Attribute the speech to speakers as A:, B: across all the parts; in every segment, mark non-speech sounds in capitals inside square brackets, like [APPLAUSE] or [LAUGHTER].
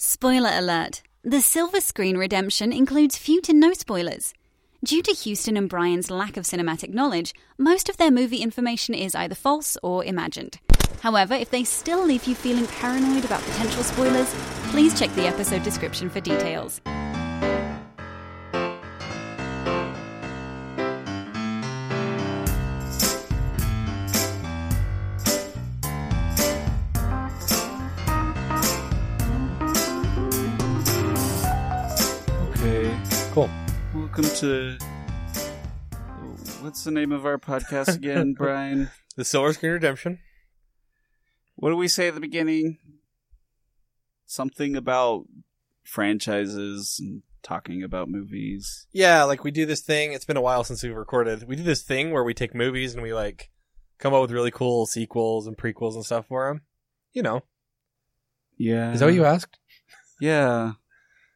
A: Spoiler alert The Silver Screen Redemption includes few to no spoilers. Due to Houston and Brian's lack of cinematic knowledge, most of their movie information is either false or imagined. However, if they still leave you feeling paranoid about potential spoilers, please check the episode description for details.
B: Okay.
C: Cool.
B: Welcome to. What's the name of our podcast
C: [LAUGHS]
B: again, Brian?
C: The Silver Screen Redemption.
B: What did we say at the beginning? Something about franchises and talking about movies.
C: Yeah, like we do this thing. It's been a while since we've recorded. We do this thing where we take movies and we like come up with really cool sequels and prequels and stuff for them. You know,
B: Yeah.
C: is that what you asked?
B: Yeah.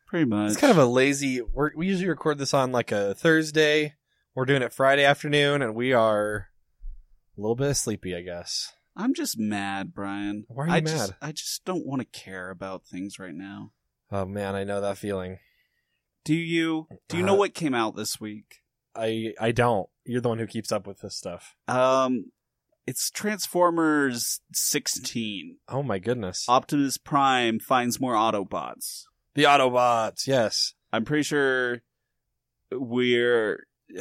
B: Pretty much.
C: Uh, It's kind of a lazy. We're, we usually record this on like a Thursday. We're doing it Friday afternoon, and we are a little bit sleepy, I guess.
B: I'm just mad, Brian.
C: Why are you
B: I Just,
C: mad?
B: I just don't want to care about things right now.
C: Oh man, I know that feeling.
B: Do you? Do you know
C: Uh,
B: what came out this week?
C: I I don't. You're the one who keeps up with this stuff.
B: Um, it's Transformers 16.
C: Oh my goodness.
B: Optimus Prime finds more Autobots.
C: The Autobots. Yes.
B: I'm pretty sure we're. [SIGHS]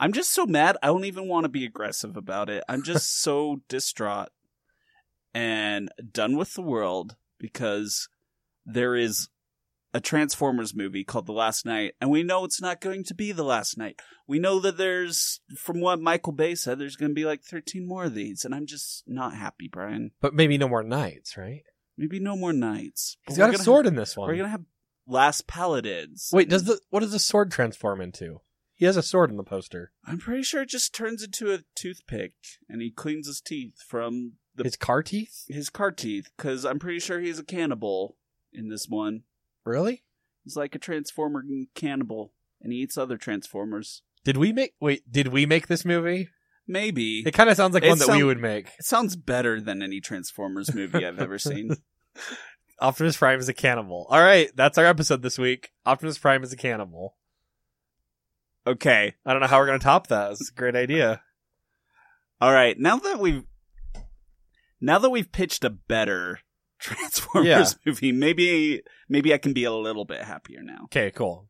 B: I'm just so mad. I don't even want to be aggressive about it. I'm
C: [LAUGHS]
B: just so distraught and done with the world because there is a Transformers movie called The Last Night, and we know it's not going to be The Last Night. We know that there's, from what Michael Bay said, there's going to be like 13 more of these, and I'm just not happy, Brian.
C: But maybe no more nights, right?
B: Maybe no more nights.
C: He's
B: But we're
C: got a
B: gonna
C: sword in this
B: Have,
C: one.
B: we're going to have Last Paladins.
C: Wait, does the what does the sword transform into? He has a sword in the poster.
B: I'm pretty sure it just turns into a toothpick and he cleans his teeth from the his,
C: His car teeth?
B: car teeth cuz I'm pretty sure he's a cannibal in this one.
C: Really?
B: He's like a transformer cannibal and he eats other transformers.
C: Did we make wait, did we make this movie?
B: Maybe.
C: It kinda sounds like
B: It
C: one that we
B: sound-
C: would make.
B: It sounds better than any Transformers movie I've
C: [LAUGHS]
B: ever seen.
C: Optimus Prime is a cannibal. Alright, that's our episode this week. Optimus Prime is a cannibal.
B: Okay.
C: I don't know how we're gonna top that. It's a great idea.
B: All right. Now that we've now that we've pitched a better [LAUGHS] Transformers
C: Yeah.
B: movie, maybe maybe I can be a little bit happier now.
C: Okay, cool.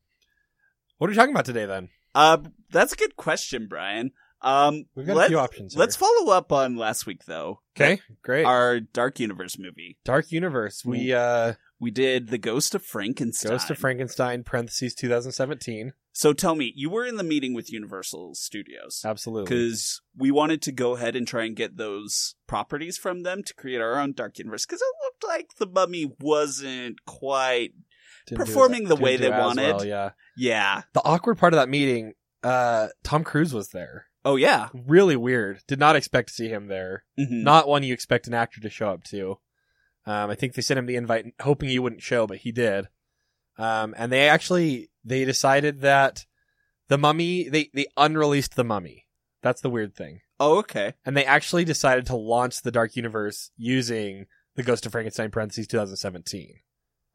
C: What are we talking about today then?
B: Uh, that's a good question, Brian. Um,
C: We've got
B: let-
C: a few options. Here.
B: Let's follow up on last week though.
C: Okay, great.
B: Our Dark Universe movie.
C: Dark Universe. We uh
B: We did the Ghost of Frankenstein.
C: Ghost of Frankenstein, parentheses two thousand seventeen.
B: So tell me, you were in the meeting with Universal Studios
C: Absolutely.
B: because we wanted to go ahead and try and get those properties from them to create our own Dark Universe because it looked like the Mummy wasn't quite.
C: Didn't do
B: performing
C: as-
B: the
C: didn't
B: way
C: do
B: they
C: as
B: wanted.
C: well, yeah.
B: Yeah.
C: the awkward part of that meeting uh tom cruise was there
B: Oh yeah.
C: really weird did not expect to see him there
B: Mhm.
C: not one you expect an actor to show up to um i think they sent him the invite hoping he wouldn't show but he did um and they actually they decided that the mummy they they unreleased the mummy that's the weird thing
B: Oh okay.
C: and they actually decided to launch the dark universe using the ghost of frankenstein parentheses 2017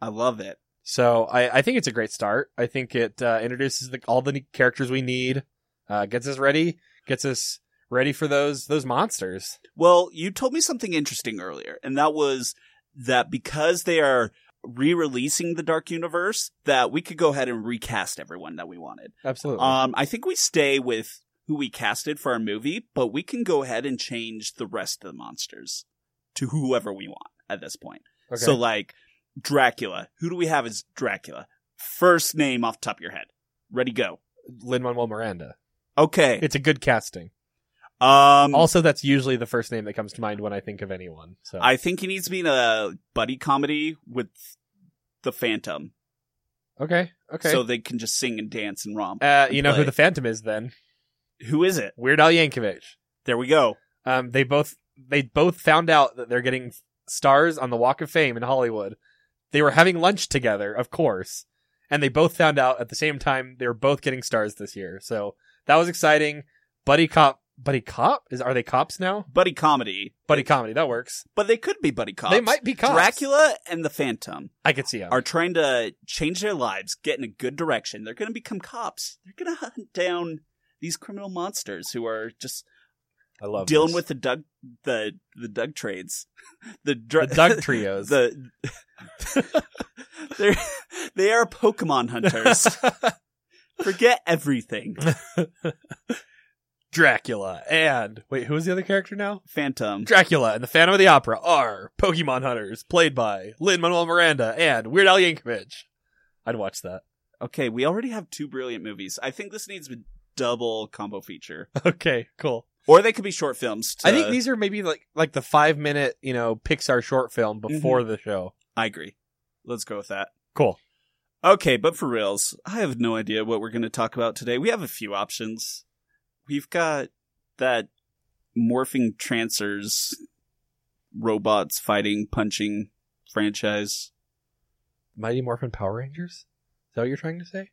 B: I love it.
C: so I, I think it's a great start. I think it uh, introduces the, all the characters we need, uh, gets us ready, gets us ready for those those monsters.
B: Well, you told me something interesting earlier, and that was that because they are re-releasing the Dark Universe, that we could go ahead and recast everyone that we wanted.
C: Absolutely.
B: Um, I think we stay with who we casted for our movie, but we can go ahead and change the rest of the monsters to whoever we want at this point.
C: okay.
B: So, like Dracula, who do we have as Dracula? First name off the top of your head. Ready, go.
C: Lin Manuel Miranda.
B: Okay.
C: It's a good casting.
B: um,
C: Also, that's usually the first name that comes to mind when I think of anyone. So
B: I think he needs to be in a buddy comedy with the Phantom.
C: okay, okay.
B: So they can just sing and dance and romp.
C: uh, you know
B: play.
C: who the Phantom is then?
B: Who is it?
C: Weird Al Yankovic.
B: There we go.
C: Um, they both they both found out that they're getting stars on the Walk of Fame in Hollywood. They were having lunch together, of course, and they both found out at the same time they were both getting stars this year. So that was exciting. Buddy cop buddy cop is are they cops now?
B: buddy comedy,
C: Buddy comedy that works.
B: but they could be buddy cops.
C: They might be cops.
B: Dracula and the Phantom
C: I could see him.
B: are trying to change their lives, get in a good direction. They're going to become cops. They're going to hunt down these criminal monsters who are just
C: I love
B: dealing
C: this.
B: with the Doug the the Doug trades, [LAUGHS] the dr-
C: the
B: [LAUGHS]
C: Doug trios.
B: the they're they are
C: [LAUGHS]
B: Pokemon hunters. Forget everything.
C: Dracula and wait, who was the other character now?
B: Phantom.
C: Dracula and the Phantom of the Opera are Pokemon hunters, played by Lin Manuel Miranda and Weird Al Yankovic. I'd watch that. [LAUGHS]
B: Okay, we already have two brilliant movies. I think this needs a double combo feature,
C: Okay, cool.
B: or they could be short films. To,
C: I think these are maybe like like the five minute you know Pixar short film before the show.
B: I agree. Let's go with that.
C: Cool.
B: Okay, but for reals, I have no idea what we're going to talk about today. We have a few options. We've got that morphing trancers, robots fighting, punching franchise.
C: Mighty Morphin Power Rangers. Is that what you're trying to say?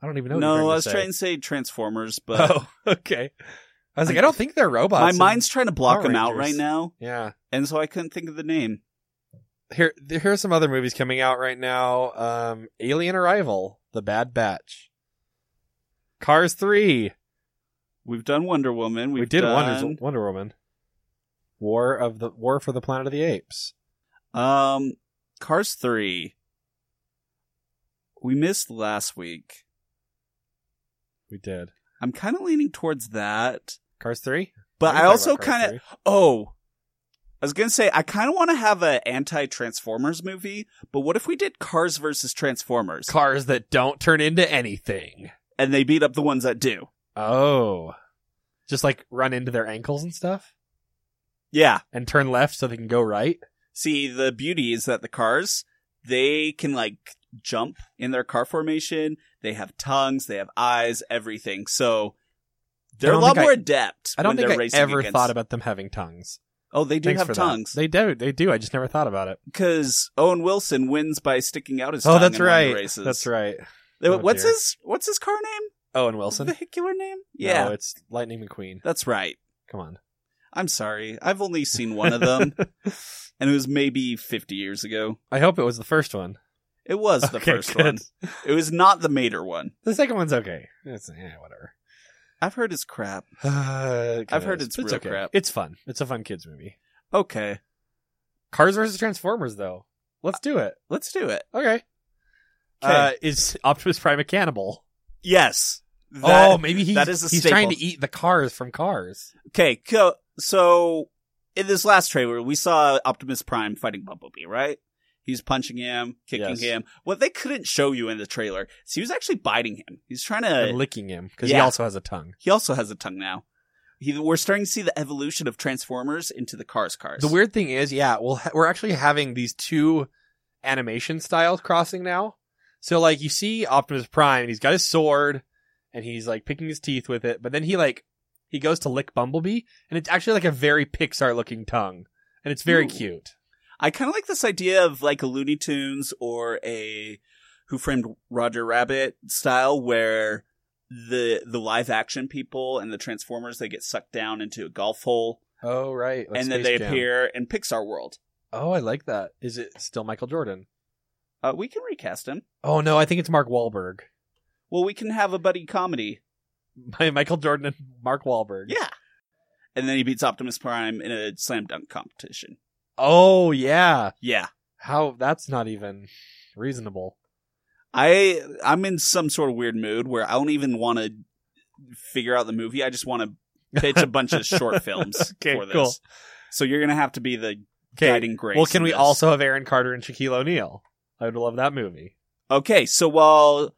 C: I don't even know. what
B: no,
C: you're
B: I was
C: to say.
B: trying to say Transformers,
C: [LAUGHS]
B: but
C: oh, okay. I was like, I don't think they're robots.
B: my
C: And-
B: mind's trying to block
C: Power
B: them out
C: Rangers.
B: right now,
C: Yeah.
B: and so I couldn't think of the name.
C: Here, here are some other movies coming out right now. Um, Alien Arrival, The Bad Batch, Cars Three.
B: We've done Wonder Woman. We've
C: we did
B: done,
C: Wonder, Wonder Woman. War of the War for the Planet of the Apes.
B: Um, Cars three. We missed last week.
C: We did
B: I'm kind of leaning towards that,
C: Cars Three.
B: but
C: We
B: I
C: talked
B: also
C: about Cars
B: kind of
C: 3.
B: oh, I was gonna say I kind of want to have a anti Transformers movie, but what if we did Cars versus Transformers
C: cars that don't turn into anything.
B: and they beat up the ones that do?
C: Oh, just like run into their ankles and stuff,
B: Yeah.
C: and turn left so they can go right.
B: See, the beauty is that the cars, they can like jump in their car formation. They have tongues, they have eyes, everything. So they're a
C: don't
B: lot
C: think
B: more
C: I-
B: adept.
C: I don't
B: when
C: think
B: they're
C: I
B: racing
C: ever
B: against-
C: thought about them having tongues.
B: Oh, they do
C: Thanks
B: have
C: for that.
B: tongues
C: They do. They do. I just never thought about it.
B: because Owen Wilson wins by sticking out his.
C: Oh,
B: tongue
C: that's
B: in one of the
C: right.
B: races.
C: That's right.
B: They-
C: Oh,
B: what's
C: dear.
B: his What's his car name?
C: Owen Wilson.
B: Vehicular name? Yeah,
C: No, it's Lightning McQueen.
B: that's right.
C: Come on.
B: I'm sorry, I've only seen one
C: [LAUGHS]
B: of them, and it was maybe 50 years ago.
C: I hope it was the first one.
B: It was the
C: Okay,
B: first
C: good.
B: one. It was not the Mater one.
C: The second one's okay. It's eh, whatever.
B: I've heard his crap.
C: [SIGHS] I've
B: I've heard it's real
C: okay.
B: crap.
C: It's fun. It's a fun kids movie.
B: Okay,
C: Cars versus Transformers, though. Let's do it.
B: let's do it.
C: Okay. Uh, is Optimus Prime a cannibal?
B: Yes.
C: oh, maybe he's,
B: that is a
C: he's
B: staple.
C: trying to eat the cars from Cars.
B: Okay, co- so in this last trailer, we saw Optimus Prime fighting Bumblebee, right? He's punching him, kicking
C: Yes.
B: him. What they couldn't show you in the trailer is he was actually biting him. He's trying
C: and
B: to.
C: licking him because he
B: Uh, yeah.
C: also has a tongue.
B: He also has a tongue now. He, we're starting to see the evolution of Transformers into the Cars cars.
C: The weird thing is, yeah, well, ha- we're actually having these two animation styles crossing now. So like, you see Optimus Prime, and he's got his sword, and he's like picking his teeth with it, but then he like he goes to lick Bumblebee, and it's actually like a very Pixar looking tongue, and it's very
B: Ooh.
C: cute.
B: I kind of like this idea of like a Looney Tunes or a Who Framed Roger Rabbit style where the the live action people and the Transformers they get sucked down into a golf hole
C: Oh right,
B: and then they appear in Pixar world.
C: Oh, I like that. Is it still Michael Jordan?
B: Uh, we can recast him.
C: Oh no, I think it's Mark Wahlberg. [LAUGHS]
B: Well, we can have a buddy comedy.
C: My Michael Jordan and Mark Wahlberg.
B: Yeah. And then he beats Optimus Prime in a slam dunk competition.
C: Oh yeah.
B: Yeah.
C: How that's not even reasonable.
B: I I'm in some sort of weird mood where I don't even want to figure out the movie. I just want to pitch a bunch of
C: [LAUGHS]
B: short films
C: Okay,
B: for this.
C: cool.
B: So you're gonna have to be the
C: Okay.
B: guiding grace.
C: Well, can
B: in
C: we
B: this.
C: also have Aaron Carter and Shaquille O'Neal? I would love that movie.
B: Okay, so while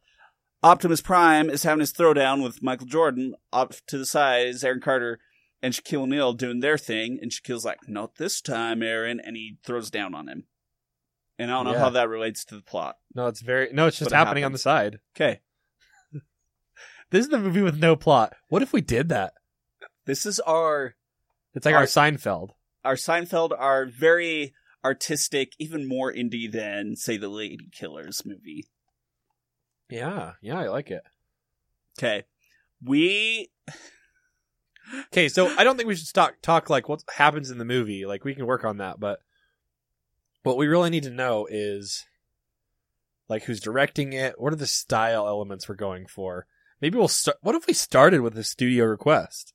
B: Optimus Prime is having his throwdown with Michael Jordan, off to the side is Aaron Carter and Shaquille O'Neal doing their thing, and Shaquille's like, "Not this time, Aaron," and he throws down on him. And I don't know
C: Yeah.
B: how that relates to the plot.
C: No, it's very no. It's just
B: But it
C: happening on
B: happens.
C: the side.
B: Okay,
C: This is the movie with no plot. What if we did that?
B: this is our
C: It's like our,
B: Our-
C: Seinfeld.
B: our Seinfeld are very artistic, even more indie than say the Lady Killers movie.
C: Yeah, yeah, I like it.
B: Okay. We
C: Okay, so I don't think we should talk talk like what happens in the movie. Like we can work on that, but what we really need to know is like who's directing it. What are the style elements we're going for? Maybe we'll start. What if we started with a studio request?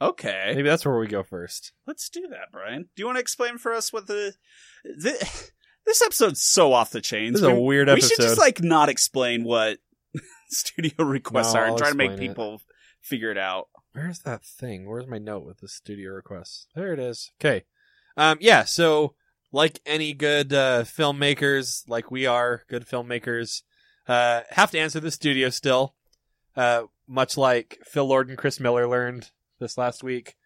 B: Okay.
C: Maybe that's where we go first.
B: Let's do that, Brian. Do you want to explain for us what the, the [LAUGHS] this episode's so off the chains.
C: This is a
B: We-
C: weird
B: we
C: episode.
B: should just like not explain what [LAUGHS] studio requests
C: No,
B: are and
C: I'll
B: try to make
C: explain it.
B: people figure it out.
C: Where's that thing? Where's my note with the studio requests? There it is. Okay. Um, yeah, so like any good uh, filmmakers, like we are good filmmakers, uh, have to answer the studio still. Uh, much like Phil Lord and Chris Miller learned this last week.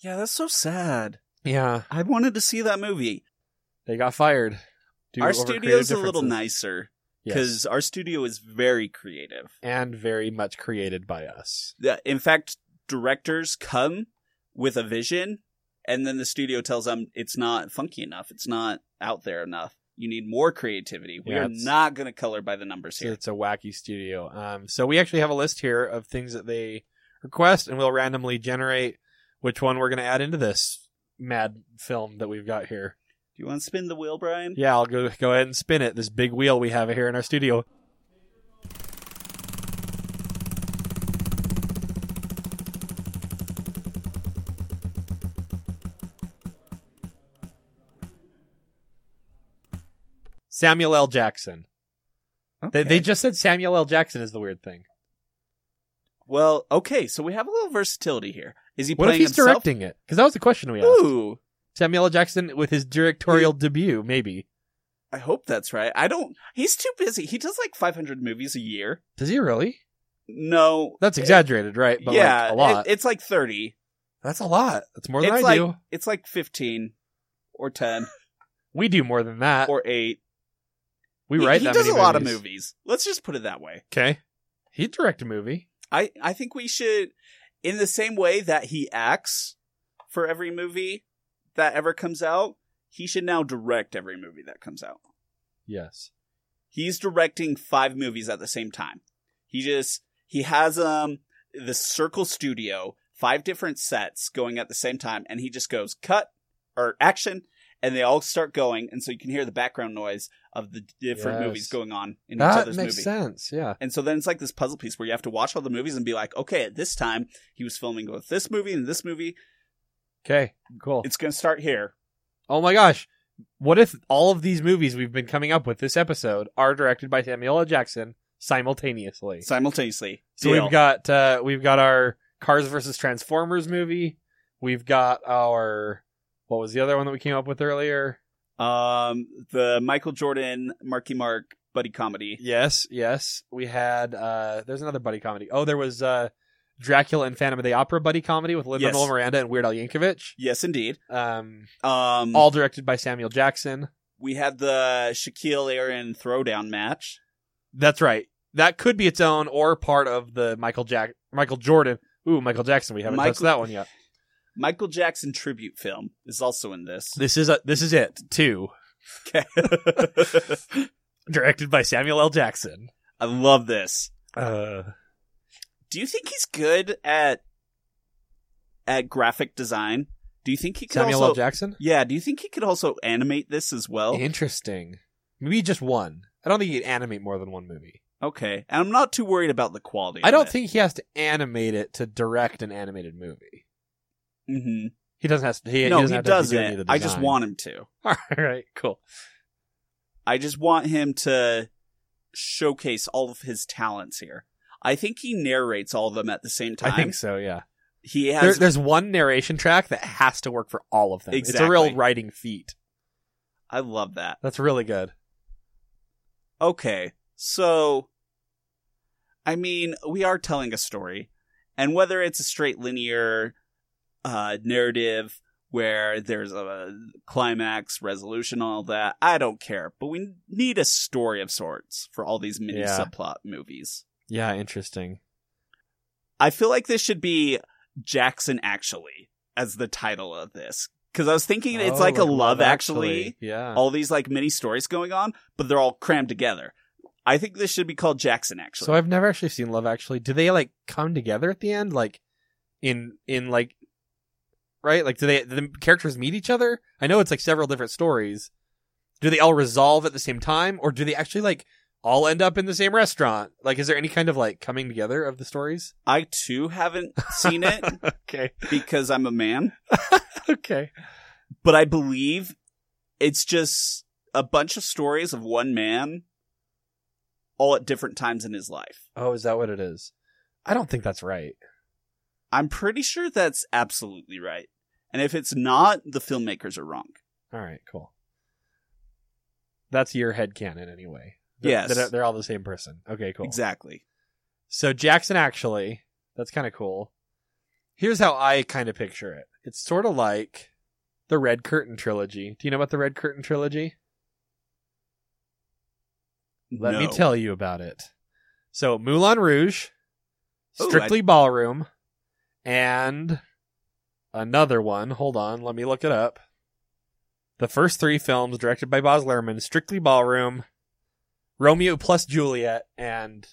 B: Yeah, that's so sad.
C: Yeah.
B: I wanted to see that movie.
C: They got fired. due
B: our
C: over creative
B: studio's a little
C: differences.
B: nicer
C: Yes.
B: because our studio is very creative.
C: And very much created by us.
B: The- In fact, directors come with a vision, and then the studio tells them it's not funky enough, it's not out there enough. You need more creativity. We
C: Yeah,
B: are
C: it's-
B: not going to color by the numbers
C: So
B: here.
C: it's a wacky studio. Um, so we actually have a list here of things that they request, and we'll randomly generate which one we're going to add into this mad film that we've got here.
B: Do you want to spin the wheel, Brian?
C: Yeah, I'll go go ahead and spin it. This big wheel we have here in our studio. Samuel L. Jackson. They, they
B: Okay.
C: just said Samuel L. Jackson is the weird thing.
B: Well, okay, so we have a little versatility here. Is he
C: What if
B: playing
C: he's
B: himself?
C: directing it? Because that was the question we asked.
B: Ooh,
C: Samuel L. Jackson with his directorial debut, maybe.
B: I hope that's right. I don't. He's too busy. He does like 500 movies a year.
C: Does he really?
B: No,
C: That's exaggerated, right? But
B: yeah,
C: like a lot.
B: it- it's like 30.
C: That's a lot. That's more than
B: it's
C: I
B: like
C: do.
B: it's like 15 or 10
C: We do more than that.
B: or 8.
C: we
B: He-
C: write
B: He
C: that
B: does
C: many
B: a lot of
C: movies.
B: movies. Let's just put it that way.
C: Okay. He direct a movie.
B: I I think we should in the same way that he acts for every movie that ever comes out, he should now direct every movie that comes out.
C: Yes.
B: he's directing five movies at the same time. He just he has um the Circle Studio, five different sets going at the same time, and he just goes cut or action, and they all start going, and so you can hear the background noise of the different
C: Yes.
B: movies going on in each
C: That
B: other's
C: makes
B: movie.
C: sense. Yeah.
B: And so then it's like this puzzle piece where you have to watch all the movies and be like, okay, at this time he was filming with this movie and this movie.
C: Okay. Cool.
B: It's gonna start here.
C: oh my gosh. What if all of these movies we've been coming up with this episode are directed by Samuel L. Jackson simultaneously?
B: Simultaneously.
C: So
B: Deal.
C: we've got uh, we've got our Cars versus Transformers movie. We've got our what was the other one that we came up with earlier?
B: um the Michael Jordan Marky Mark buddy comedy.
C: Yes, yes. We had uh, there's another buddy comedy. Oh, there was uh, Dracula and Phantom of the Opera buddy comedy with Lin Manuel
B: Yes.
C: Miranda and Weird Al Yankovic.
B: Yes, indeed.
C: Um,
B: Um,
C: all directed by Samuel Jackson.
B: we had the Shaquille Aaron throwdown match.
C: That's right. That could be its own or part of the Michael Jack Michael Jordan. Ooh, Michael Jackson. We haven't touched
B: Michael-
C: that one yet.
B: Michael Jackson tribute film is also in this.
C: This is a, this is it too.
B: Okay.
C: Directed by Samuel L. Jackson.
B: [LAUGHS] I love this.
C: Uh,
B: Do you think he's good at at graphic design? Do you think he could
C: Samuel
B: also Oh.
C: L. Jackson.
B: Yeah, do you think he could also animate this as well?
C: Interesting. Maybe just one. I don't think he'd animate more than one movie.
B: okay. And I'm not too worried about the quality.
C: I don't think he has to animate it to direct an animated movie.
B: hmm
C: He doesn't have to. He,
B: no,
C: he doesn't.
B: he
C: have to do any of
B: doesn't.
C: the
B: I just
C: design.
B: want him to.
C: [LAUGHS] All right, cool.
B: I just want him to showcase all of his talents here. I think he narrates all of them at the same time.
C: I think so. Yeah.
B: He
C: There,
B: has.
C: there's one narration track that has to work for all of them. It's a
B: Exactly.
C: real writing feat.
B: I love that.
C: That's really good.
B: Okay, so, I mean, we are telling a story, and whether it's a straight linear uh, narrative where there's a climax, resolution, all that, I don't care. But we need a story of sorts for all these mini
C: Yeah.
B: subplot movies.
C: Yeah, interesting.
B: I feel like this should be Jackson Actually as the title of this. Because I was thinking it's
C: Oh,
B: like, a love, actually.
C: Yeah.
B: All these like mini stories going on, but they're all crammed together. I think this should be called Jackson Actually.
C: So I've never actually seen Love Actually. Do they like come together at the end? Like in in like right? Like do they do the characters meet each other? I know it's like several different stories. Do they all resolve at the same time or do they actually like all end up in the same restaurant? Like is there any kind of like coming together of the stories?
B: I
C: [LAUGHS]
B: too haven't seen it
C: okay.
B: because I'm a man,
C: Okay.
B: but I believe it's just a bunch of stories of one man all at different times in his life.
C: Oh, is that what it is? I don't think that's right.
B: I'm pretty sure that's absolutely right. And if it's not, the filmmakers are wrong.
C: All right, cool. That's your head canon anyway. They're-
B: Yes.
C: They're, they're all the same person. Okay, cool.
B: Exactly.
C: So Jackson actually, that's kind of cool. Here's how I kind of picture it. It's sort of like the Red Curtain trilogy. Do you know about the Red Curtain trilogy? Let me
B: No.
C: tell you about it. So Moulin Rouge,
B: Ooh, I-
C: Strictly Ballroom, and another one. Hold on, let me look it up. The first three films directed by Boz Lerman, Strictly Ballroom, Romeo plus Juliet, and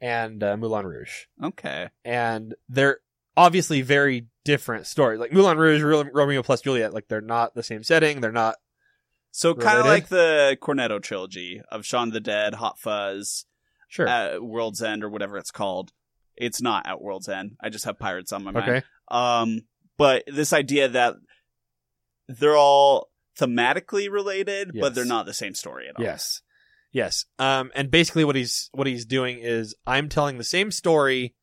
C: and uh, Moulin Rouge
B: Okay.
C: and they're obviously very different stories. Like Moulin Rouge, Ro- Romeo plus Juliet, like they're not the same setting. They're not
B: So kind of
C: Related?
B: like the Cornetto trilogy of Shaun of the Dead, Hot Fuzz,
C: sure.
B: uh, World's End, or whatever it's called. It's not at World's End. I just have pirates on my mind.
C: okay,
B: Um, but this idea that they're all thematically related, but
C: Yes.
B: they're not the same story at all.
C: yes, yes. Um, and basically what he's what he's doing is I'm telling the same story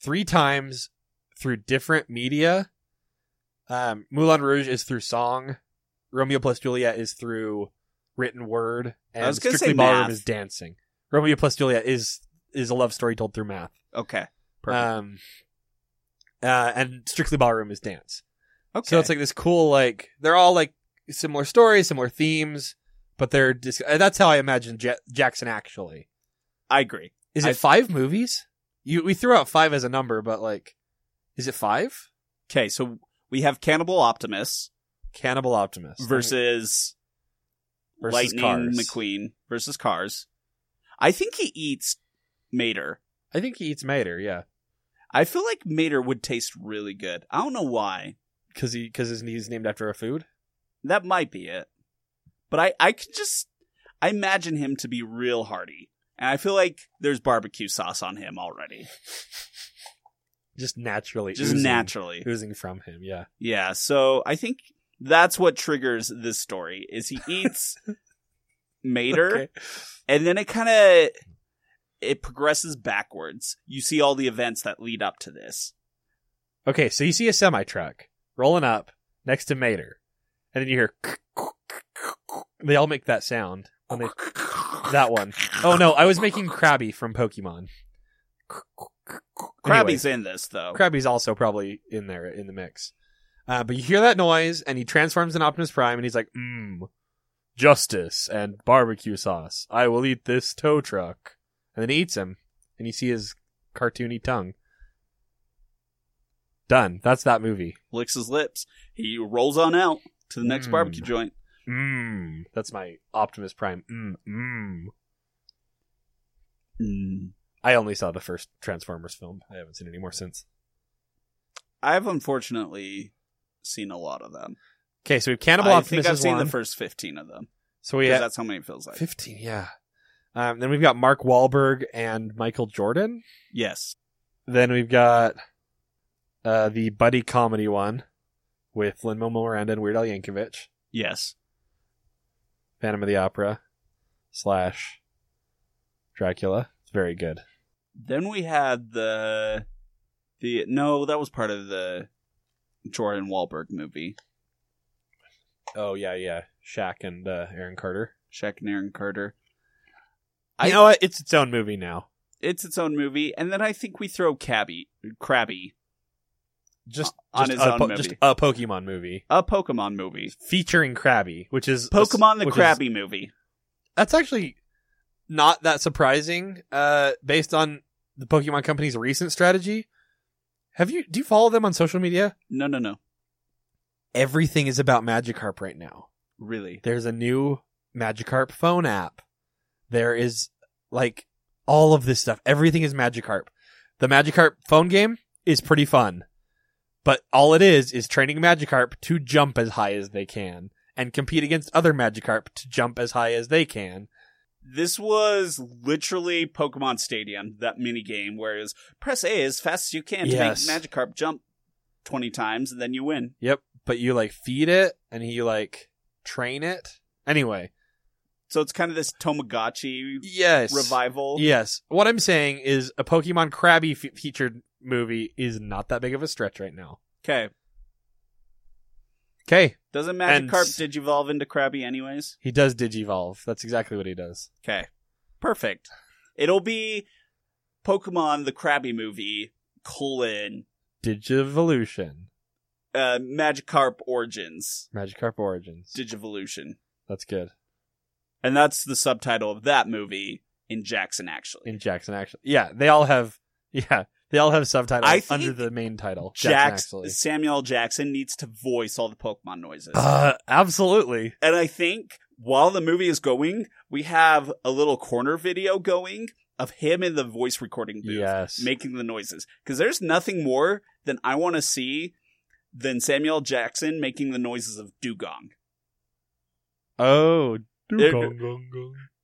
C: three times through different media. Um, Moulin Rouge is through song. Romeo plus Juliet is through written word, and
B: was gonna
C: Strictly
B: say
C: Ballroom
B: math.
C: is dancing. Romeo plus Juliet is is a love story told through math.
B: Okay.
C: Um, uh, and Strictly Ballroom is dance.
B: Okay.
C: So it's like this cool, like they're all like similar stories, similar themes, but they're dis- uh, that's how I imagine ja- Jackson actually.
B: I agree.
C: Is it
B: I-
C: five movies? You we threw out five as a number, but like, is it five?
B: Okay. So we have Cannibal Optimus
C: Cannibal Optimist
B: versus
C: Versus
B: Lightning
C: Cars.
B: McQueen versus Cars. I think he eats Mater.
C: I think he eats Mater, yeah,
B: I feel like Mater would taste really good. I don't know why.
C: because he because his knee's named after a food.
B: That might be it. But I, I could just I imagine him to be real hearty. And I feel like there's barbecue sauce on him already.
C: Just naturally,
B: Just
C: oozing-
B: naturally.
C: oozing from him, yeah.
B: Yeah, so I think that's what triggers this story is he
C: [LAUGHS]
B: eats Mater
C: Okay.
B: and then it kind of it progresses backwards. You see all the events that lead up to this.
C: Okay, so you see a semi truck rolling up next to Mater, and then you hear. They all make that sound. When they, that one. Oh no, I was making Krabby from Pokemon. Anyway,
B: Krabby's in this though.
C: Oh. Krabby's also probably in there in the mix. Uh, but you hear that noise, and he transforms into Optimus Prime, and he's like, mmm, justice and barbecue sauce. I will eat this tow truck. And then he eats him, and you see his cartoony tongue. Done. That's that movie.
B: licks his lips. He rolls on out to the next
C: Mm.
B: barbecue joint.
C: Mmm. That's my Optimus Prime. Mmm. Mmm.
B: Mm.
C: I only saw the first Transformers film. I haven't seen any more since.
B: I've unfortunately seen a lot of them.
C: Okay, so we have Cannibal
B: I
C: Optimus
B: think I've
C: is
B: seen
C: one.
B: the first fifteen of them.
C: so we
B: Because
C: have
B: that's how many it feels like.
C: fifteen. Yeah. Um, then we've got Mark Wahlberg and Michael Jordan.
B: Yes.
C: Then we've got uh, the buddy comedy one with Lin Manuel Miranda and Weird Al Yankovic,
B: Yes.
C: Phantom of the Opera slash Dracula. It's very good.
B: Then we had the the no, that was part of the Jordan Wahlberg movie.
C: Oh yeah, yeah. Shaq and uh, Aaron Carter.
B: Shaq and Aaron Carter.
C: I, you know what? It's its own movie now.
B: It's its own movie, and then I think we throw Cabby Krabby,
C: Just,
B: On
C: just
B: his
C: a
B: own movie.
C: Just a Pokemon movie
B: a Pokemon movie.
C: featuring Krabby, which is
B: Pokemon the
C: which is-
B: Krabby movie.
C: that's actually not that surprising, uh, based on the Pokemon Company's recent strategy. Have you do you follow them on social media?
B: No, no, no.
C: Everything is about Magikarp right now.
B: Really?
C: There's a new Magikarp phone app. There is like all of this stuff. Everything is Magikarp. The Magikarp phone game is pretty fun. But all it is is training Magikarp to jump as high as they can and compete against other Magikarp to jump as high as they can.
B: This was literally Pokemon Stadium, that mini game where it was press A as fast as you can
C: Yes.
B: to make Magikarp jump 20 times and then you win.
C: Yep. But you like feed it and you like train it. Anyway.
B: So it's kind of this Tomagotchi
C: Yes.
B: revival.
C: Yes. What I'm saying is a Pokemon Krabby f- featured movie is not that big of a stretch right now.
B: Okay.
C: Okay.
B: Doesn't
C: And-
B: Magikarp digivolve into Krabby anyways?
C: He does digivolve. That's exactly what he does.
B: Okay. Perfect. It'll be Pokemon the Krabby movie colon
C: Digivolution.
B: uh, Magikarp Origins
C: Magikarp Origins.
B: Digivolution.
C: That's good.
B: And that's the subtitle of that movie in Jackson actually.
C: In Jackson actually. Yeah, they all have [LAUGHS] yeah, they all have subtitles
B: I think
C: under the main title. Jackson
B: Jackson
C: actually.
B: Samuel L. Jackson needs to voice all the Pokemon noises.
C: Uh, absolutely.
B: and I think while the movie is going, we have a little corner video going of him in the voice recording booth
C: Yes.
B: making the noises. Because there's nothing more than I want to see than Samuel L. Jackson making the noises of dugong.
C: oh.
B: There-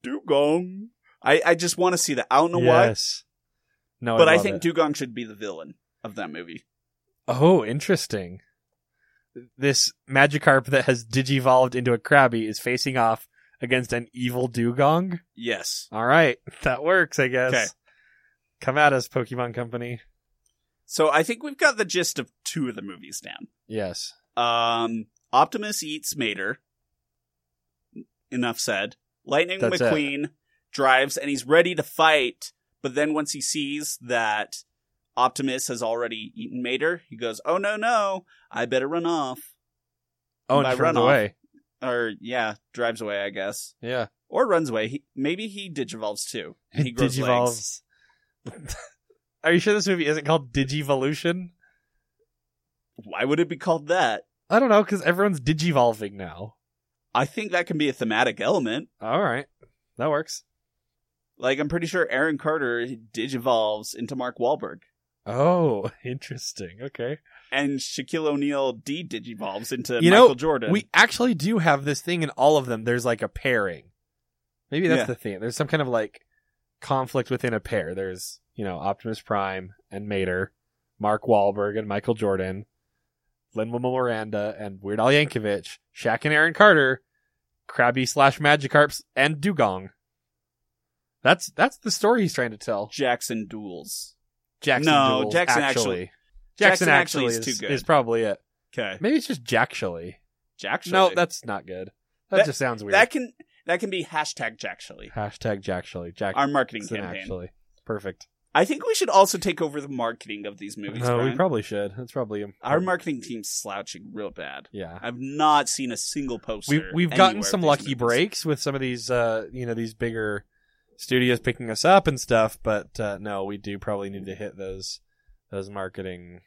B: Dugong. I, I just want to see that. I don't know why,
C: yes. No,
B: but I,
C: love
B: think
C: it.
B: dugong should be the villain of that movie.
C: Oh, interesting. This Magikarp that has digivolved into a Krabby is facing off against an evil dugong.
B: Yes.
C: All right, [LAUGHS] that works, I guess.
B: Okay.
C: Come at us, Pokemon Company.
B: So I think we've got the gist of two of the movies down.
C: Yes.
B: Um, Optimus eats Mater. Enough said. Lightning
C: That's it.
B: McQueen drives and he's ready to fight, but then once he sees that Optimus has already eaten Mater, he goes, "Oh no, no! I better run off."
C: Oh,
B: By
C: and runs
B: runoff.
C: away.
B: Or yeah, drives away, I guess,
C: Yeah. [LAUGHS]
B: or runs away. He, maybe he digivolves too, and he grows legs.
C: digivolves. [LAUGHS] Are you sure this movie isn't called Digivolution?
B: Why would it be called that?
C: I don't know because everyone's digivolving now.
B: I think that can be a thematic element.
C: All right, that works.
B: Like I'm pretty sure Aaron Carter digivolves into Mark Wahlberg.
C: Oh, [LAUGHS] interesting. Okay.
B: and Shaquille O'Neal D digivolves into
C: You know,
B: Michael Jordan.
C: We actually do have this thing in all of them. There's like a pairing. Maybe that's
B: Yeah.
C: the thing. There's some kind of like conflict within a pair. There's, you know, Optimus Prime and Mater, Mark Wahlberg and Michael Jordan, Lin Manuel Miranda and Weird Al Yankovic, Shaq and Aaron Carter, Krabby slash Magikarps, and Dugong. That's that's the story he's trying to tell.
B: Jackson duels.
C: Jackson
B: No,
C: Duels,
B: Jackson
C: actually.
B: actually-
C: Jackson,
B: Jackson
C: actually,
B: actually is
C: is,
B: too good.
C: is probably it.
B: Okay,
C: Maybe it's just Jacksually.
B: Jackson.
C: No, that's not good. That,
B: That-
C: just sounds weird.
B: that can that can be hashtag Jacksually.
C: Hashtag Jacksually. Jack
B: Our marketing
C: Jackson
B: campaign.
C: actually. Perfect.
B: I think we should also take over the marketing of these movies.
C: No, we
B: Brian.
C: probably should. That's probably important.
B: Our marketing team's slouching real bad.
C: Yeah.
B: I've not seen a single poster.
C: We've we've gotten
B: anywhere of
C: some
B: these
C: lucky
B: movies.
C: breaks with some of these uh you know these bigger studios picking us up and stuff, but uh, no, we do probably need to hit those those marketing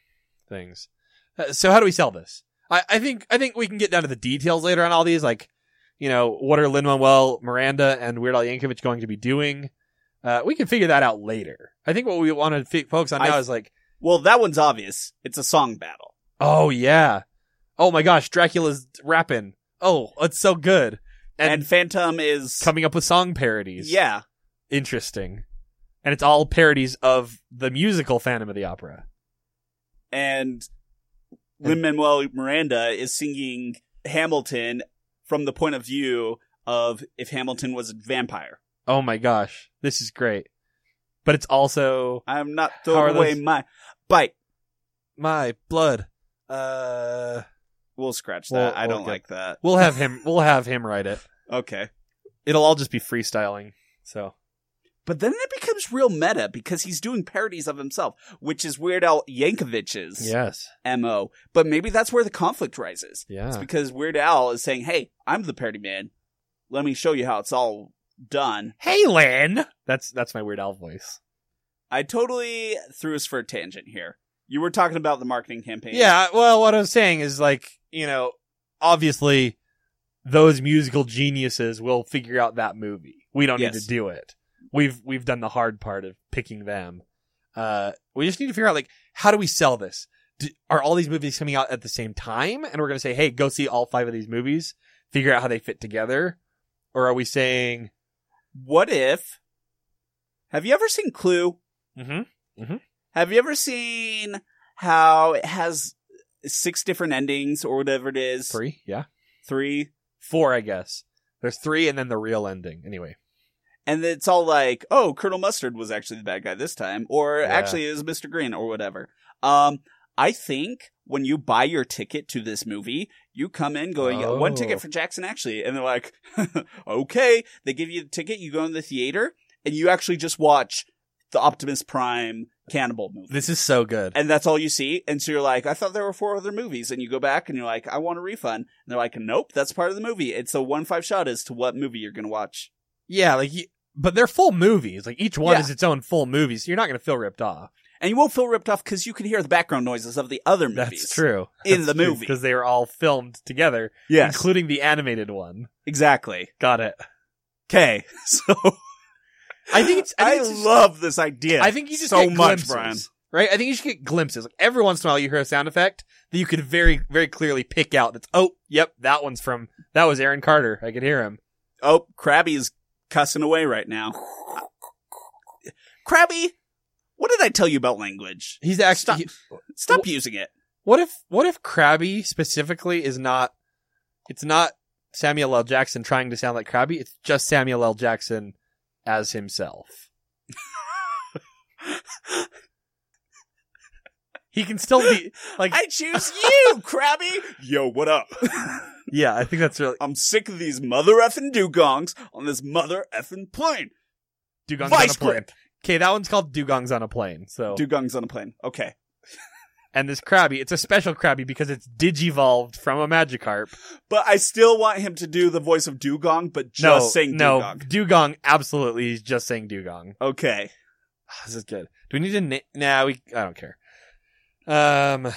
C: things. Uh, so how do we sell this? I, I think I think we can get down to the details later on all these like you know what are Lin Manuel Miranda and Weird Al Yankovic going to be doing? Uh, we can figure that out later. I think what we want to fi- focus on
B: I-
C: now is like
B: Well, that one's obvious. It's a song battle.
C: Oh yeah. Oh my gosh, Dracula's rapping. Oh, it's so good.
B: And,
C: And,
B: Phantom is
C: coming up with song parodies.
B: Yeah,
C: Interesting. And it's all parodies of the musical Phantom of the Opera.
B: and Lin Manuel Miranda is singing Hamilton from the point of view of if Hamilton was a vampire.
C: Oh my gosh. This is great. But it's also
B: I'm not
C: How are
B: throwing away
C: those-
B: my bite.
C: my blood. Uh
B: We'll scratch
C: We'll-
B: that. I
C: we'll
B: don't
C: get-
B: like that.
C: we'll have him we'll have him write it.
B: Okay.
C: It'll all just be freestyling. So
B: But then it becomes real meta because he's doing parodies of himself, which is Weird Al Yankovic's
C: Yes.
B: MO. But maybe that's where the conflict rises. It's
C: Yeah.
B: because Weird Al is saying, hey, I'm the parody man. Let me show you how it's all done.
C: Hey Lynn. That's that's my weird owl voice.
B: I totally threw us for a tangent here. You were talking about the marketing campaign.
C: Yeah, well, what I'm saying is like, you know, obviously those musical geniuses will figure out that movie. We don't need
B: Yes.
C: to do it. We've we've done the hard part of picking them. Uh, we just need to figure out like how do we sell this? Do, are all these movies coming out at the same time? And we're gonna say, hey, go see all five of these movies, figure out how they fit together, or are we saying?
B: What if? Have you ever seen Clue?
C: Mm-hmm.
B: Have you ever seen how it has six different endings or whatever it is?
C: Three, yeah,
B: Three.
C: four, I guess. There's three, and then the real ending. Anyway,
B: And it's all like, oh, Colonel Mustard was actually the bad guy this time, or
C: Yeah.
B: actually it was Mr. Green or whatever. Um, I think when you buy your ticket to this movie, you come in going,
C: Oh.
B: one ticket for Jackson, actually. And they're like, [LAUGHS] okay. They give you the ticket, you go in the theater, and you actually just watch the Optimus Prime cannibal movie.
C: this is so good.
B: and that's all you see. And so you're like, I thought there were four other movies. And you go back and you're like, I want a refund. And they're like, nope, that's part of the movie. It's a one five shot as to what movie you're going to watch.
C: Yeah, like, y- but they're full movies. Like each one
B: Yeah.
C: is its own full movie, so you're not gonna feel ripped off.
B: And you won't feel ripped off because you can hear the background noises of the other movies.
C: That's true.
B: In the movie.
C: because they were all filmed together,
B: Yes,
C: including the animated one.
B: exactly.
C: Got it.
B: Okay. [LAUGHS] So
C: I think it's. I,
B: I,
C: think it's just-
B: love this idea.
C: I think you just
B: so
C: get
B: much,
C: glimpses,
B: Brian.
C: Right? I think you should get glimpses. Like every once in a while, you hear a sound effect that you could very, very clearly pick out. That's oh, yep, that one's from that was Aaron Carter. I could hear him.
B: Oh, Krabby is cussing away right now. Krabby, what did I tell you about language?
C: He's actually.
B: Stop. Stop
C: [LAUGHS]
B: using it.
C: what if what if Krabby specifically is not? It's not Samuel L. Jackson trying to sound like Krabby. It's just Samuel L. Jackson as himself. [LAUGHS] he can still be like.
B: I choose you, Krabby. Yo, what up? [LAUGHS]
C: yeah, I think that's really.
B: I'm sick of these mother effing dugongs on this mother effing plane.
C: Dugongs
B: Vice
C: on a plane.
B: grip.
C: Okay, that one's called Dugongs on a plane. So
B: Dugongs on a plane. Okay.
C: and this Krabby, it's a special Krabby because it's digivolved from a Magikarp.
B: But I still want him to do the voice of dugong, but
C: No,
B: just saying
C: no,
B: dugong.
C: Dugong absolutely is just saying Dugong.
B: Okay.
C: This is good. Do we need to? Na- nah, we. I don't care. Um.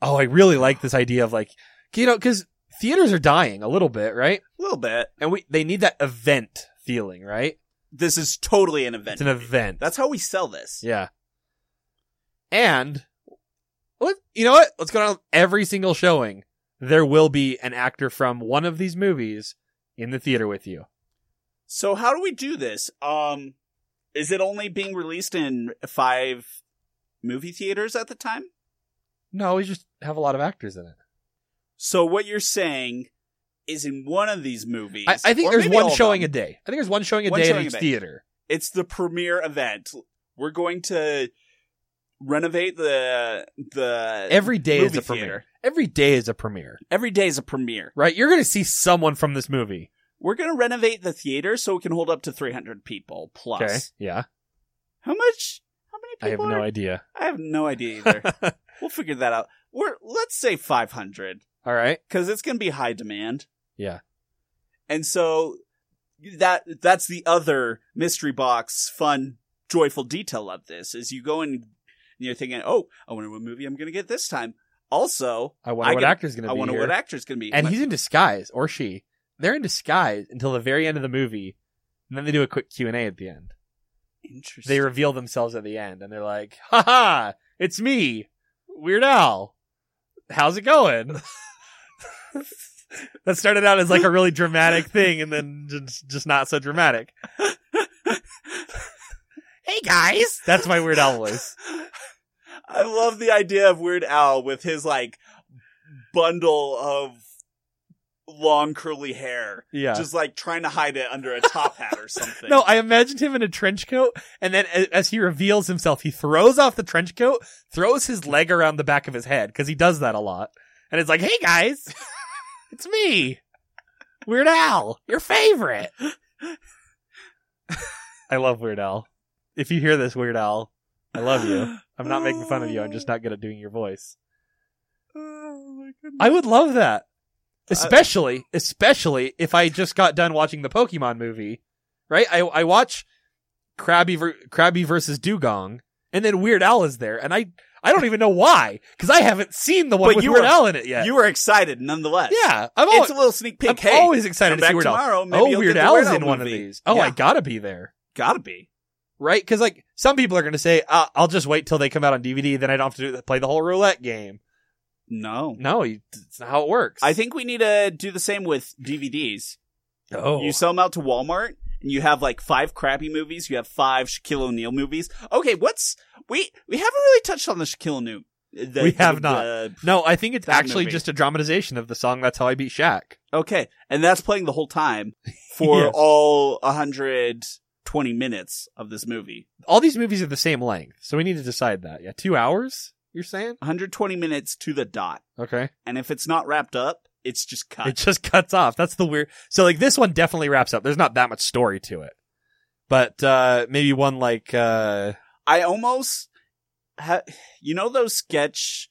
C: Oh, I really like this idea of like you know because theaters are dying a little bit, right?
B: A little bit.
C: And we they need that event feeling, right?
B: This is totally an event.
C: It's an event.
B: That's how we sell this.
C: Yeah. And let you know what? Let's go down every single showing. There will be an actor from one of these movies in the theater with you.
B: So how do we do this? Um is it only being released in 5 movie theaters at the time?
C: No, we just have a lot of actors in it.
B: So what you're saying is in one of these movies.
C: I, I think
B: or
C: there's
B: maybe all
C: one
B: of
C: showing a
B: them,
C: day. I think there's one showing a
B: One
C: day in
B: showing a
C: each
B: day.
C: theater.
B: It's the premiere event. We're going to renovate the the
C: Every day is
B: Movie
C: a premiere.
B: theater.
C: Every day is a premiere,
B: every day is a premiere.
C: right? You're going to see someone from this movie.
B: We're going to renovate the theater so it can hold up to 300 people plus.
C: Okay. Yeah.
B: How much? How many
C: I have
B: people?
C: no
B: are-
C: idea.
B: I have no idea either.
C: [LAUGHS]
B: we'll figure that out. We're let's say 500
C: All right.
B: because it's going to be high demand.
C: Yeah.
B: And so that that's the other mystery box fun joyful detail of this is you go in and you're thinking, oh, I wonder what movie I'm going to get this time. Also,
C: I wonder
B: I
C: what
B: get-
C: actor's going to
B: I
C: be
B: wonder
C: here.
B: what actor's going to be.
C: and he's in disguise or she they're in disguise until the very end of the movie and then they do a quick q&a at the end
B: interesting.
C: they reveal themselves at the end and they're like "Ha ha! it's me weird al how's it
B: [LAUGHS]
C: going that started out as like a really dramatic thing and then just, just not so dramatic hey guys that's my weird al
B: [LAUGHS]
C: voice
B: I love the idea of Weird Al with his like bundle of long curly hair,
C: yeah
B: just like trying to hide it under a top hat or
C: [LAUGHS]
B: something.
C: No, I imagined him in a trench coat, and then a- as he reveals himself, he throws off the trench coat, throws his leg around the back of his head because he does that a lot, and it's like, "Hey guys, it's me, Weird Al, your favorite." I love Weird Al. If you hear this, Weird Al, I love you. I'm not making fun of you. I'm just not good at doing your voice.
B: [SIGHS] Oh my goodness.
C: I would love that.
B: Uh,
C: Especially, especially if I just got done watching the Pokemon movie, right? I, I watch Krabby, ver- Krabby versus Dugong, and then Weird Al is there, and I, I don't even know why, because I haven't seen the one
B: But
C: with
B: you
C: Weird
B: were-
C: Al in it yet.
B: You were excited nonetheless.
C: yeah, I'm
B: It's
C: always,
B: a little sneak peek.
C: I'm
B: hey,
C: always excited
B: come
C: to see
B: back
C: Weird Al.
B: tomorrow. Maybe
C: Oh,
B: you'll
C: Weird
B: get the
C: Al's
B: Weird Al
C: in one of
B: movie.
C: these. Oh,
B: Yeah.
C: I gotta be there.
B: Gotta be.
C: right? Because like some people are going to say, "Ah, "I'll just wait till they come out on DVD, then I don't have to do, play the whole roulette game."
B: No.
C: No, you, it's not how it works.
B: I think we need to do the same with DVDs.
C: Oh,
B: You sell them out to Walmart, and you have like five crappy movies. You have five Shaquille O'Neal movies. Okay, what's we we haven't really touched on the Shaquille O'Neal. the-
C: We have not.
B: the-
C: no, I think it's
B: That
C: actually
B: movie.
C: just a dramatization of the song "That's How I Beat Shaq."
B: okay, and that's playing the whole time for
C: Yes.
B: all 120 minutes of this movie.
C: All these movies are the same length, so we need to decide that. Yeah, two hours. You're saying?
B: 120 minutes to the dot,
C: Okay.
B: and if it's not wrapped up, it's just cut.
C: It just cuts off. That's the weird. So like this one definitely wraps up. There's not that much story to it, but uh maybe one like uh
B: I almost, ha- you know, those sketch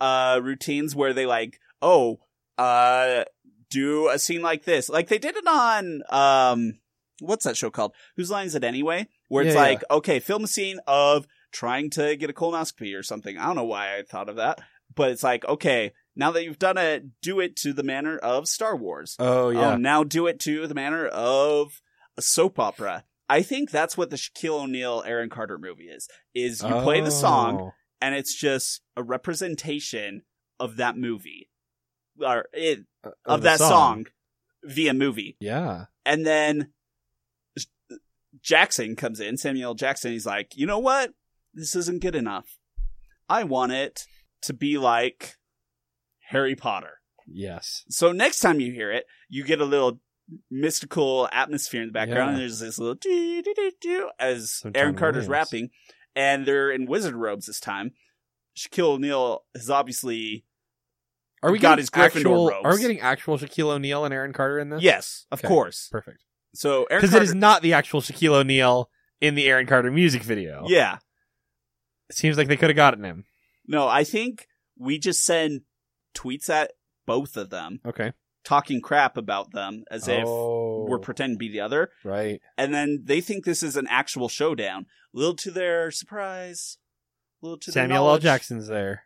B: uh, routines where they like, oh, uh, do a scene like this, like they did it on um, what's that show called? Whose line is it anyway? Where it's
C: Yeah, yeah.
B: like, okay, film a scene of trying to get a colonoscopy or something. I don't know why I thought of that, but it's like, okay, now that you've done it, do it to the manner of Star Wars.
C: oh
B: Oh, now do it to the manner of a soap opera. I think that's what the Shaquille O'Neal Aaron Carter movie is. Is you play the song
C: Oh.
B: and it's just a representation of that movie. Or it,
C: Uh,
B: Oh. of,
C: the
B: that song. via movie.
C: Yeah.
B: And then J- Jackson comes in, Samuel L. Jackson, he's like, "You know what? This isn't good enough. I want it to be like Harry Potter."
C: Yes.
B: So next time you hear it, you get a little mystical atmosphere in the background.
C: Yeah.
B: And there's this little doo doo doo doo as
C: Some
B: Aaron
C: John
B: Carter's
C: Williams.
B: rapping, and they're in wizard robes this time. Shaquille O'Neal has obviously
C: Are we
B: Got
C: getting
B: his Gryffindor
C: actual?
B: robes.
C: Are we getting actual Shaquille O'Neal and Aaron Carter in this?
B: yes, of
C: Okay.
B: course.
C: Perfect.
B: So Aaron
C: Because
B: Carter,
C: it is not the actual Shaquille O'Neal in the Aaron Carter music video.
B: [LAUGHS] yeah,
C: It seems like they could have gotten him.
B: no, I think we just send tweets at both of them,
C: Okay.
B: talking crap about them as
C: Oh,
B: if we're pretending to be the other,
C: right.
B: and then they think this is an actual showdown. Little to their surprise, little to their
C: Samuel L.
B: knowledge.
C: Jackson's there.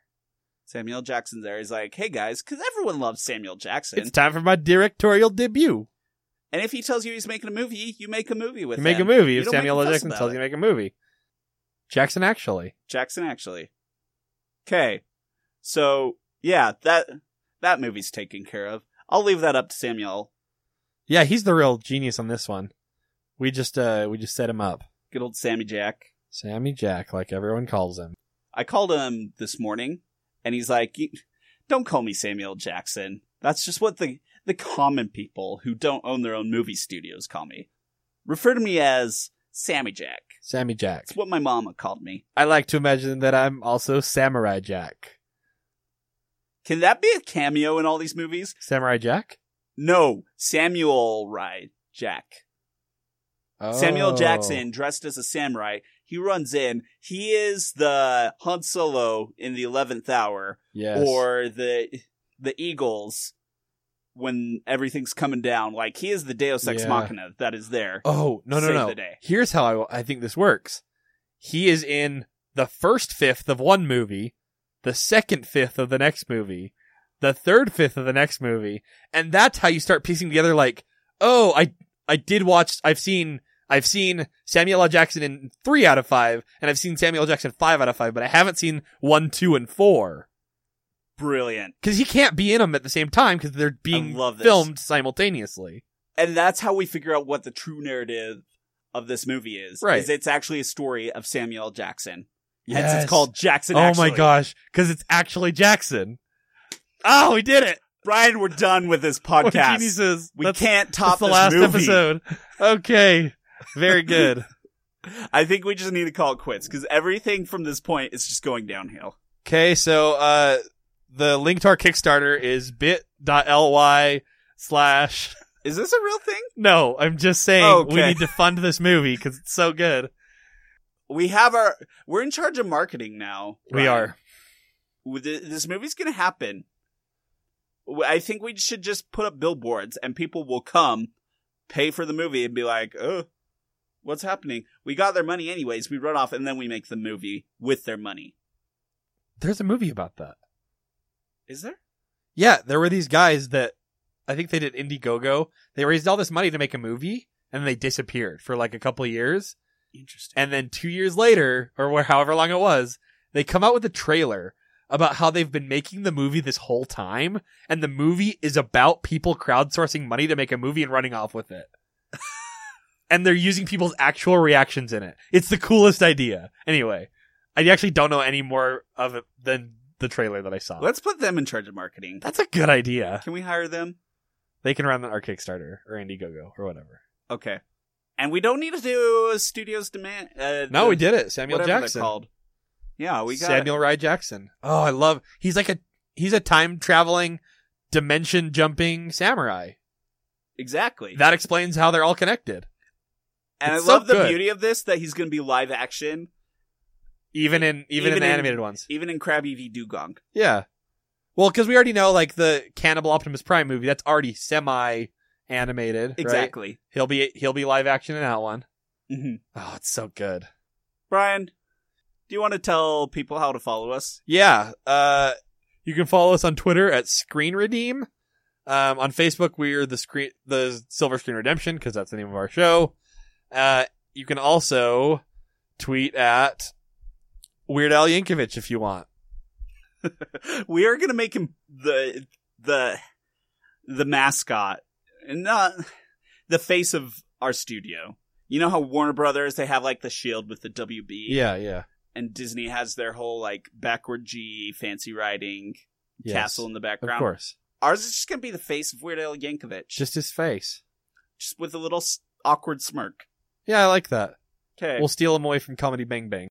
B: Samuel Jackson's there. He's like, hey guys, because everyone loves Samuel Jackson.
C: It's time for my directorial debut.
B: and if he tells you he's making a movie, you make a movie with
C: You make a
B: him.
C: movie
B: You
C: if
B: don't make
C: Samuel
B: a
C: L.
B: fuss
C: Jackson
B: about
C: tells you
B: it.
C: to make a movie. Jackson actually.
B: Jackson actually. Okay, so yeah, that that movie's taken care of. I'll leave that up to Samuel.
C: Yeah, he's the real genius on this one. We just uh we just set him up.
B: Good old Sammy Jack.
C: Sammy Jack, like everyone calls him.
B: I called him this morning, and he's like, "You- "Don't call me Samuel Jackson. That's just what the the common people who don't own their own movie studios call me. Refer to me as Sammy Jack.
C: Sammy Jack.
B: It's what my mama called me."
C: I like to imagine that I'm also Samurai Jack.
B: Can that be a cameo in all these movies?
C: Samurai Jack?
B: No, Samuel Rye Jack. Samuel
C: Oh.
B: Jackson dressed as a samurai. He runs in. He is the Han Solo in the eleventh hour,
C: Yes.
B: or the the Eagles when everything's coming down. Like he is the Deus Ex
C: Yeah.
B: Machina that is there.
C: Oh, no, no,
B: Save
C: no.
B: the day.
C: Here's how I, I think this works. He is in the first fifth of one movie, the second fifth of the next movie, the third fifth of the next movie, and that's how you start piecing together like, oh, I I did watch I've seen I've seen Samuel L. Jackson in three out of five, and I've seen Samuel L. Jackson five out of five, but I haven't seen one, two, and four.
B: Brilliant.
C: Because he can't be in them at the same time because they're being
B: love this.
C: filmed simultaneously.
B: And that's how we figure out what the true narrative of this movie is.
C: Right.
B: Is it's actually a story of Samuel Jackson. Hence it's called Jackson
C: oh
B: Actually.
C: my gosh, because it's actually Jackson. Oh, we did it!
B: Brian, we're done with this
C: Oh,
B: podcast.
C: Jesus,
B: we
C: that's,
B: can't
C: that's
B: top
C: the
B: this
C: last
B: movie.
C: episode. Okay, very [LAUGHS] good.
B: I think we just need to call it quits because everything from this point is just going downhill.
C: okay, so uh, the link to our Kickstarter is bit.ly slash.
B: Is this a real thing?
C: No, I'm just saying we
B: Okay.
C: need to fund this movie because it's so good.
B: We have our. We're in charge of marketing now.
C: We
B: Ryan.
C: are.
B: With thi- This movie's going to happen. W- I think we should just put up billboards and people will come, pay for the movie, and be like, "Oh, what's happening? We got their money anyways. We run off and then we make the movie with their money."
C: There's a movie about that.
B: Is there?
C: Yeah, there were these guys that I think they did Indiegogo. They raised all this money to make a movie, and then they disappeared for like a couple of years.
B: Interesting.
C: And then two years later, or where, however long it was, they come out with a trailer about how they've been making the movie this whole time, and the movie is about people crowdsourcing money to make a movie and running off with it. [LAUGHS] and they're using people's actual reactions in it. It's the coolest idea. Anyway, I actually don't know any more of it than the trailer that I saw.
B: Let's put them in charge of marketing.
C: That's a good idea.
B: Can we hire them?
C: They can run our Kickstarter or Indiegogo or whatever.
B: Okay. And we don't need to do a studio's demand. Uh,
C: No,
B: the-
C: we did it. Samuel
B: whatever they're
C: Jackson.
B: Called. Yeah, Oh, we got
C: Samuel Rye Jackson. Oh, I love. He's like a he's a time traveling, dimension jumping samurai.
B: exactly.
C: That explains how they're all connected,
B: and I
C: it's so
B: love the
C: good.
B: beauty of this that he's going to be live action,
C: even in even, in
B: Even
C: the
B: in-
C: animated ones.
B: even in Krabby v Dugong.
C: Yeah. Well, because we already know like the Cannibal Optimus Prime movie that's already semi animated. right?
B: Exactly.
C: He'll be he'll be live action in that one.
B: hmm
C: Oh, it's so good.
B: Brian, do you want to tell people how to follow us? [LAUGHS]
C: Yeah. Uh, you can follow us on Twitter at Screen Redeem. Um, on Facebook, we're the screen, the Silver Screen Redemption, because that's the name of our show. Uh, you can also tweet at Weird Al Yankovic if you want.
B: we are going to make him the the the mascot, and not the face of our studio. You know how Warner Brothers they have like the shield with the WB,
C: yeah,
B: and Disney has their whole like backward G fancy riding
C: Yes.
B: castle in the background.
C: Of course,
B: Ours is just going to be the face of Weird Al Yankovic,
C: just
B: just,
C: his face.
B: with a little s- awkward smirk.
C: Yeah, I like that.
B: Okay,
C: We'll steal him away from Comedy Bang Bang.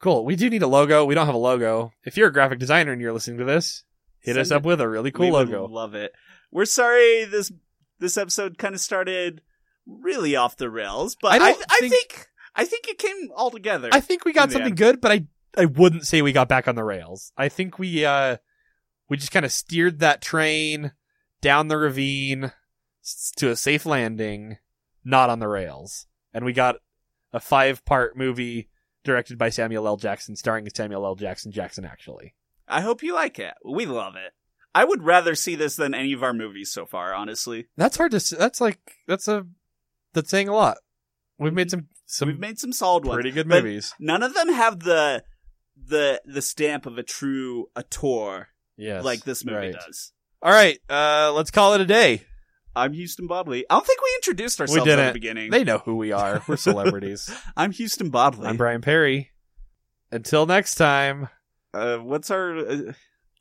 C: Cool. We do need a logo. We don't have a logo. If you're a graphic designer and you're listening to this, hit us up with a really cool
B: we would
C: logo.
B: Love it. We're sorry this this episode kind of started really off the rails, but
C: I
B: I, I,
C: don't
B: think,
C: think-
B: I think it came all together.
C: I think we got
B: Yeah.
C: something good, but I I wouldn't say we got back on the rails. I think we uh we just kind of steered that train down the ravine s- to a safe landing, not on the rails. And we got a five-part movie directed by Samuel L. Jackson, starring Samuel L. Jackson. Jackson actually.
B: I hope you like it. We love it. I would rather see this than any of our movies so far, honestly.
C: That's hard to. s- That's like that's a that's saying a lot. We've made some some
B: We've made some solid ones.
C: pretty good
B: but
C: movies.
B: None of them have the the the stamp of a true auteur
C: Yes,
B: like this movie
C: right.
B: does.
C: All right, uh, let's call it a day.
B: I'm Houston Bodley. I don't think we introduced ourselves at
C: didn't.
B: the beginning.
C: They know who we are.
B: [LAUGHS]
C: We're celebrities.
B: I'm Houston Bodley.
C: I'm Brian Perry. Until next time,
B: uh, what's our uh,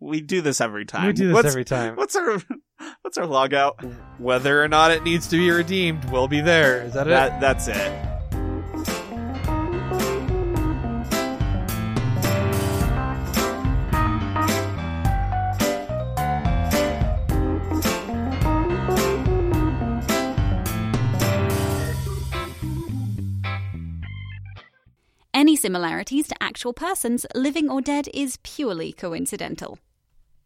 B: we do this every time
C: we do this
B: what's,
C: every time.
B: what's our [LAUGHS] what's our log out
C: Whether or not it needs to be redeemed, we'll be there. Is that it?
B: that that's it
A: Any similarities to actual persons, living or dead, is purely coincidental.